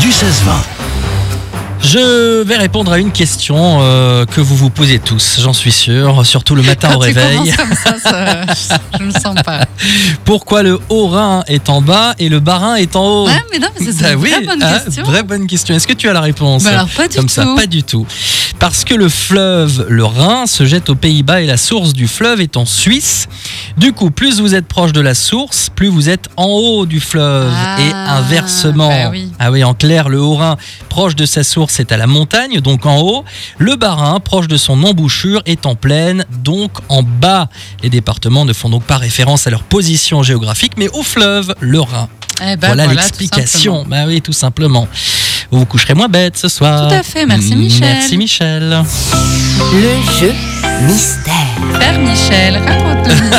du 16-20. Je vais répondre à une question euh, que vous vous posez tous, j'en suis sûr, surtout le matin au Quand Ah, tu réveil. commences comme ça, ça- je me sens pas. Pourquoi le Haut-Rhin est en bas et le Bas-Rhin est en haut Ouais, mais non, mais ça, c'est Bah une oui, très bonne ah, question. vraie bonne question. Est-ce que tu as la réponse Bah alors, pas du Comme tout. ça, pas du tout. Parce que le fleuve, le Rhin, se jette aux Pays-Bas et la source du fleuve est en Suisse. Du coup, plus vous êtes proche de la source, plus vous êtes en haut du fleuve. Ah, et inversement. bah oui. Ah oui, en clair, le Haut-Rhin, proche de sa source, est à la montagne, donc en haut. Le Bas-Rhin, proche de son embouchure, est en plaine, donc en bas. Les départements ne font donc pas référence à leur position géographique, mais au fleuve, le Rhin. Eh ben, voilà voilà, tout l'explication. simplement. Bah oui, tout simplement. Vous vous coucherez moins bête ce soir. Tout à fait, merci Michel. hein. Mm, Mmh, Merci Michel. Le jeu mystère. Père Michel, raconte-nous.